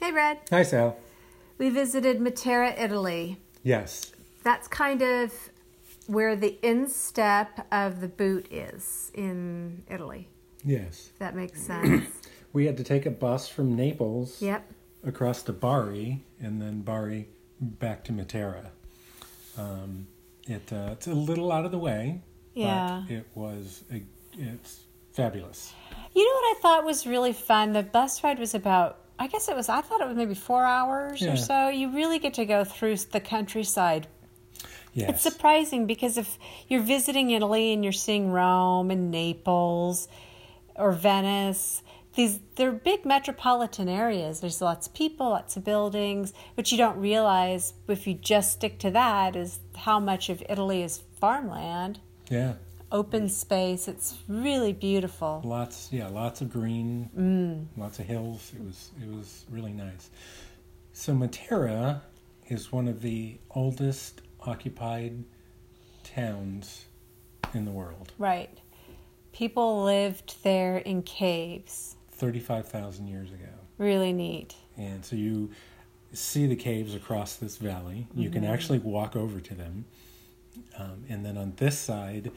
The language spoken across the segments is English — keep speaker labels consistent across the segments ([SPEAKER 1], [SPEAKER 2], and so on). [SPEAKER 1] Hey, Red.
[SPEAKER 2] Hi, Sal.
[SPEAKER 1] We visited Matera, Italy.
[SPEAKER 2] Yes.
[SPEAKER 1] That's kind of where the instep of the boot is in Italy.
[SPEAKER 2] Yes.
[SPEAKER 1] If that makes sense.
[SPEAKER 2] We had to take a bus from Naples
[SPEAKER 1] yep.
[SPEAKER 2] across to Bari and then Bari back to Matera. Um, it, uh, it's a little out of the way,
[SPEAKER 3] Yeah.
[SPEAKER 2] but it was a, it's fabulous.
[SPEAKER 3] You know what I thought was really fun? The bus ride was about, I guess it was, I thought it was maybe four hours
[SPEAKER 2] Yeah.
[SPEAKER 3] or so. You really get to go through the countryside.
[SPEAKER 2] Yes.
[SPEAKER 3] It's surprising because if you're visiting Italy and you're seeing Rome and Naples or Venice, these they're big metropolitan areas. There's lots of people, lots of buildings, but you don't realize if you just stick to that is how much of Italy is farmland,
[SPEAKER 2] yeah.
[SPEAKER 3] open space. It's really beautiful.
[SPEAKER 2] Lots. Yeah. Lots of green.
[SPEAKER 3] Mm.
[SPEAKER 2] Lots of hills. It was. It was really nice. So Matera is one of the oldest occupied towns in the world.
[SPEAKER 3] Right. People lived there in caves.
[SPEAKER 2] Thirty-five thousand years ago.
[SPEAKER 3] Really neat.
[SPEAKER 2] And so you see the caves across this valley. You can actually walk over to them. Um, and then on this side,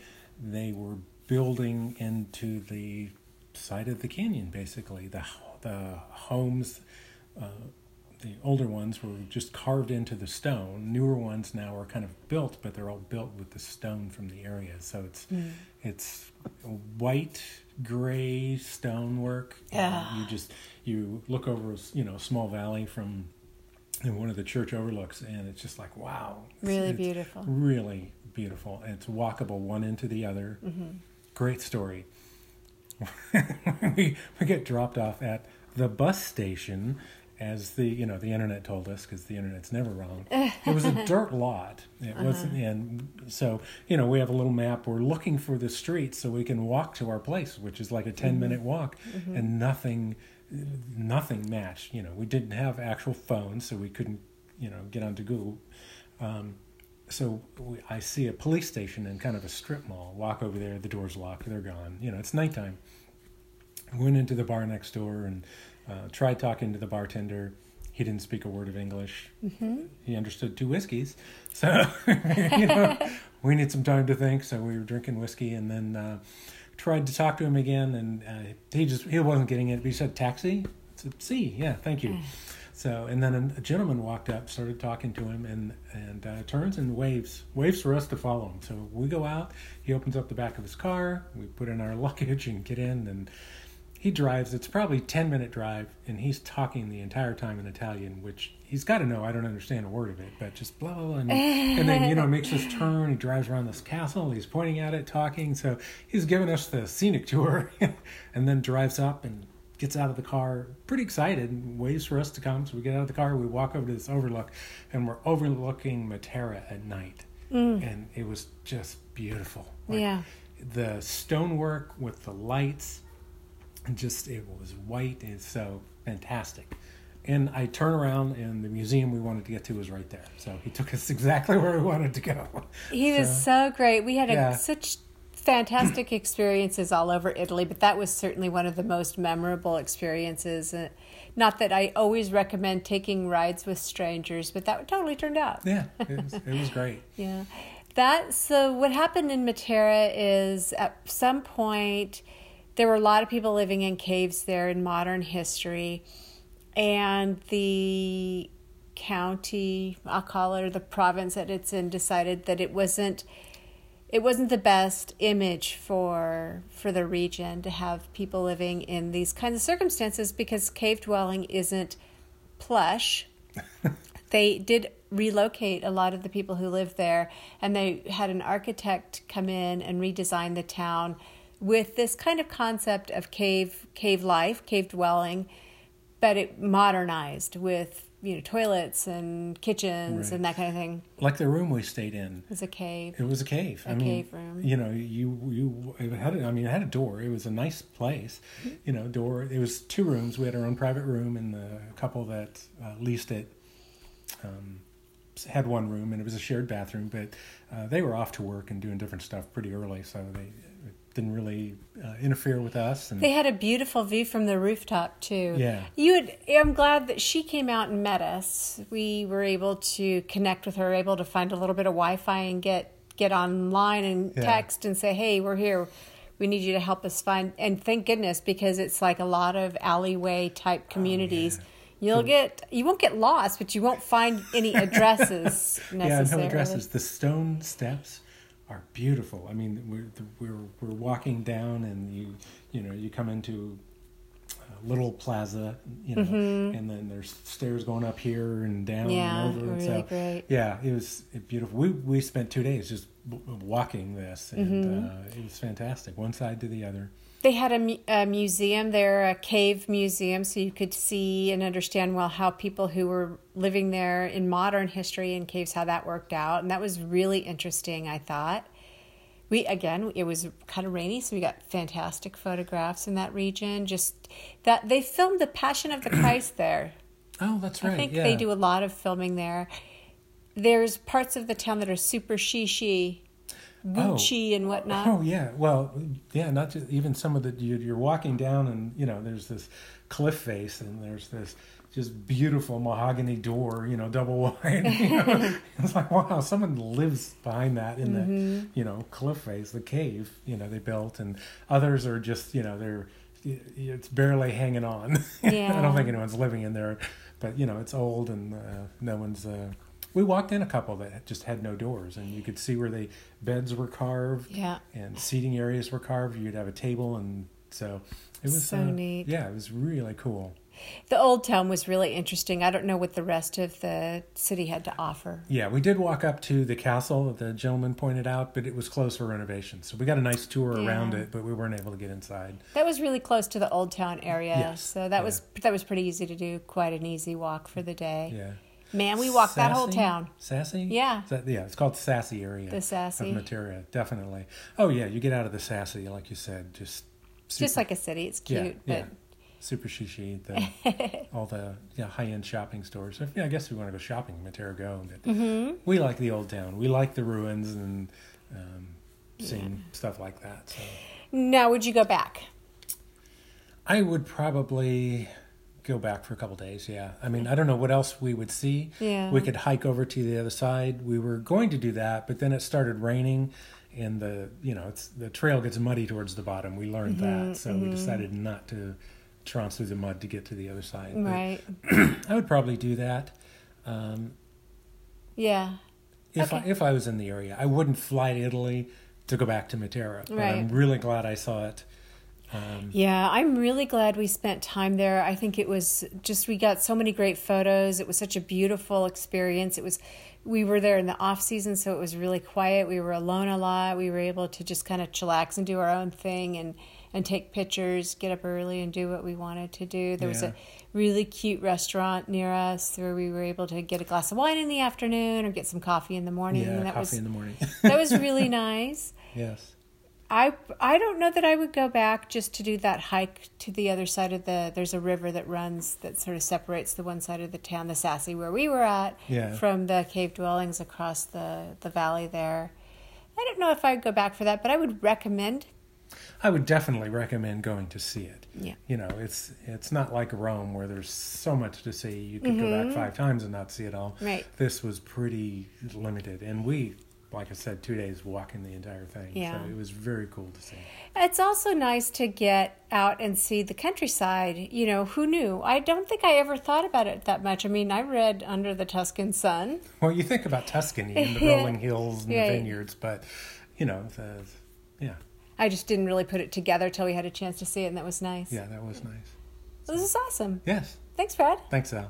[SPEAKER 2] they were building into the side of the canyon, basically. The, the homes, uh, the older ones were just carved into the stone. Newer ones now are kind of built, but they're all built with the stone from the area. So it's, it's white, gray stonework.
[SPEAKER 3] Yeah.
[SPEAKER 2] You just you look over a s- you know a small valley from in one of the church overlooks and it's just like wow It's-
[SPEAKER 3] Really
[SPEAKER 2] it's
[SPEAKER 3] beautiful.
[SPEAKER 2] really beautiful and it's walkable one into the other
[SPEAKER 3] Mm-hmm.
[SPEAKER 2] great story we, we get dropped off at the bus station as the you know the internet told us because the internet's never wrong it was a dirt lot it wasn't and so you know we have a little map we're looking for the street so we can walk to our place which is like a 10 minute walk and nothing nothing matched you know we didn't have actual phones so we couldn't you know get onto google Um, so we, I see a police station in kind of a strip mall. Walk over there, the door's locked, they're gone. You know, it's nighttime. Went into the bar next door and uh, tried talking to the bartender. He didn't speak a word of English. He understood two whiskeys, so you know we need some time to think. So we were drinking whiskey, and then uh, tried to talk to him again, and uh, he just he wasn't getting it. He said taxi. I said see, yeah, thank you. So and then a gentleman walked up, started talking to him, and and uh, turns and waves, waves for us to follow him. So we go out. He opens up the back of his car. We put in our luggage and get in, and he drives. It's probably a ten minute drive, and he's talking the entire time in Italian, which he's got to know. I don't understand a word of it, but just blah blah, blah and, and then you know makes this turn. He drives around this castle. He's pointing at it, talking. So he's giving us the scenic tour, and then drives up and gets out of the car, pretty excited, and waves for us to come. So we get out of the car, we walk over to this overlook, and we're overlooking Matera at night. And it was just beautiful. Like,
[SPEAKER 3] Yeah.
[SPEAKER 2] The stonework with the lights, and just it was white and so fantastic. And I turn around, and the museum we wanted to get to was right there. So he took us exactly where we wanted to go.
[SPEAKER 3] He was so great. We had a,
[SPEAKER 2] Yeah.
[SPEAKER 3] such fantastic experiences all over Italy, but that was certainly one of the most memorable experiences. Uh, Not that I always recommend taking rides with strangers, but that totally turned out.
[SPEAKER 2] Yeah, it was, it was great.
[SPEAKER 3] Yeah. That so what happened in Matera is at some point there were a lot of people living in caves there in modern history and the county, I'll call it or the province that it's in decided that it wasn't it wasn't the best image for for the region to have people living in these kinds of circumstances because cave dwelling isn't plush they did relocate a lot of the people who lived there and they had an architect come in and redesign the town with this kind of concept of cave cave life cave dwelling but it modernized with you know toilets and kitchens
[SPEAKER 2] Right.
[SPEAKER 3] and that kind of thing
[SPEAKER 2] Like the room we stayed in,
[SPEAKER 3] it was a cave
[SPEAKER 2] It was a cave. I mean,
[SPEAKER 3] cave room.
[SPEAKER 2] You know, you you it had. A, I mean, it had a door. It was a nice place.
[SPEAKER 3] Mm-hmm.
[SPEAKER 2] You know, door. It was two rooms. We had our own private room, and the couple that uh, leased it um, had one room, and it was a shared bathroom. But uh, they were off to work and doing different stuff pretty early, so they didn't really uh, interfere with us. And
[SPEAKER 3] They had a beautiful view from the rooftop too.
[SPEAKER 2] Yeah.
[SPEAKER 3] You would I'm glad that she came out and met us. We were able to connect with her, able to find a little bit of Wi-Fi and get get online and
[SPEAKER 2] Yeah.
[SPEAKER 3] text and say, "Hey, we're here. We need you to help us find." And thank goodness because it's like a lot of alleyway
[SPEAKER 2] Oh,
[SPEAKER 3] type communities. You'll get you won't get lost, but you won't find any addresses
[SPEAKER 2] yeah,
[SPEAKER 3] necessarily.
[SPEAKER 2] no addresses. The stone steps are beautiful. I mean, we're the, we're we're walking down, and you you know you come into a little plaza, you know, and then there's stairs going up here and down
[SPEAKER 3] Mm-hmm. Yeah,
[SPEAKER 2] and over. and so,
[SPEAKER 3] really great.
[SPEAKER 2] Yeah, it was beautiful. We we spent two days just w- walking this, and
[SPEAKER 3] Mm-hmm.
[SPEAKER 2] uh, it was fantastic. One side to the other.
[SPEAKER 3] They had a, mu- a museum there, a cave museum, so you could see and understand well how people who were living there in modern history in caves, how that worked out. And that was really interesting, I thought. We, again, it was kind of rainy, so we got fantastic photographs in that region. Just that they filmed The Passion of the Christ there.
[SPEAKER 2] Oh, that's right.
[SPEAKER 3] I think
[SPEAKER 2] yeah.
[SPEAKER 3] they do a lot of filming there. There's parts of the town that are super shishi, Gucci, and whatnot.
[SPEAKER 2] Oh yeah, well yeah, not just even some of the you, you're walking down and you know there's this cliff face and there's this just beautiful mahogany door, you know, double wide. You know? it's like wow, someone lives behind that in the you know cliff face, the cave you know they built, and others are just you know they're it's barely hanging on. I
[SPEAKER 3] Yeah.
[SPEAKER 2] don't think anyone's living in there, but you know it's old and uh, no one's. Uh, we walked in a couple that just had no doors, and you could see where the beds were carved
[SPEAKER 3] Yeah.
[SPEAKER 2] and seating areas were carved. You'd have a table, and so it was uh,
[SPEAKER 3] So neat.
[SPEAKER 2] Yeah, it was really cool.
[SPEAKER 3] The old town was really interesting. I don't know what the rest of the city had to offer.
[SPEAKER 2] Yeah, we did walk up to the castle that the gentleman pointed out, but it was closed for renovation, so we got a nice tour
[SPEAKER 3] Yeah.
[SPEAKER 2] around it, but we weren't able to get inside.
[SPEAKER 3] That was really close to the old town area,
[SPEAKER 2] Yes,
[SPEAKER 3] so that was that was pretty easy to do. Quite an easy walk for the day.
[SPEAKER 2] Yeah,
[SPEAKER 3] Man, we walked that whole
[SPEAKER 2] Sassy?
[SPEAKER 3] town.
[SPEAKER 2] Sassy,
[SPEAKER 3] Yeah.
[SPEAKER 2] Sa- yeah. It's called Sassy area.
[SPEAKER 3] The Sassy.
[SPEAKER 2] of Materia, definitely. Oh yeah, you get out of the Sassy, like you said, just super,
[SPEAKER 3] Just like a city, it's cute, but
[SPEAKER 2] Super shishi, the, all the yeah, high-end shopping stores. If, yeah, I guess we want to go shopping, Matera Go. But
[SPEAKER 3] Mm-hmm.
[SPEAKER 2] We like the old town. We like the ruins and um, seeing stuff like that. So
[SPEAKER 3] now would you go back?
[SPEAKER 2] I would probably go back for a couple days. Yeah, I mean, I don't know what else we would see.
[SPEAKER 3] Yeah.
[SPEAKER 2] we could hike over to the other side. We were going to do that, but then it started raining, and the you know it's the trail gets muddy towards the bottom. We learned
[SPEAKER 3] Mm-hmm,
[SPEAKER 2] that, so we decided not to trounce through the mud to get to the other side. But
[SPEAKER 3] Right?
[SPEAKER 2] I would probably do that
[SPEAKER 3] Yeah.
[SPEAKER 2] if I,
[SPEAKER 3] Okay.
[SPEAKER 2] if I was in the area. I wouldn't fly to Italy to go back to Matera, but I'm
[SPEAKER 3] Right.
[SPEAKER 2] really glad I saw it.
[SPEAKER 3] Yeah, I'm really glad we spent time there. I think it was just we got so many great photos. It was such a beautiful experience. It was we were there in the off season, so it was really quiet. We were alone a lot. We were able to just kind of chillax and do our own thing and and take pictures, get up early and do what we wanted to do. There was
[SPEAKER 2] Yeah.
[SPEAKER 3] a really cute restaurant near us where we were able to get a glass of wine in the afternoon or get some coffee in the morning.
[SPEAKER 2] Yeah,
[SPEAKER 3] and that
[SPEAKER 2] coffee
[SPEAKER 3] was
[SPEAKER 2] in the morning.
[SPEAKER 3] that was really nice.
[SPEAKER 2] yes.
[SPEAKER 3] I I don't know that I would go back just to do that hike to the other side of the. There's a river that runs that sort of separates the one side of the town, the Sassy, where we were at,
[SPEAKER 2] Yeah.
[SPEAKER 3] from the cave dwellings across the the valley there. I don't know if I'd go back for that, but I would recommend.
[SPEAKER 2] I would definitely recommend going to see it.
[SPEAKER 3] Yeah.
[SPEAKER 2] You know, it's it's not like Rome where there's so much to see. You could go back five times and not see it all.
[SPEAKER 3] Mm-hmm. Right.
[SPEAKER 2] This was pretty limited, and we, like I said, two days walking the entire thing.
[SPEAKER 3] Yeah.
[SPEAKER 2] So it was very cool to see.
[SPEAKER 3] It's also nice to get out and see the countryside. You know, who knew? I don't think I ever thought about it that much. I mean, I read Under the Tuscan Sun.
[SPEAKER 2] Well, you think about Tuscany and the
[SPEAKER 3] Yeah.
[SPEAKER 2] rolling hills and
[SPEAKER 3] Right.
[SPEAKER 2] the vineyards, but you know, the, yeah,
[SPEAKER 3] I just didn't really put it together till we had a chance to see it, and that was nice.
[SPEAKER 2] yeah, that was nice.
[SPEAKER 3] This is awesome.
[SPEAKER 2] Yes.
[SPEAKER 3] Thanks, Brad.
[SPEAKER 2] Thanks, Al.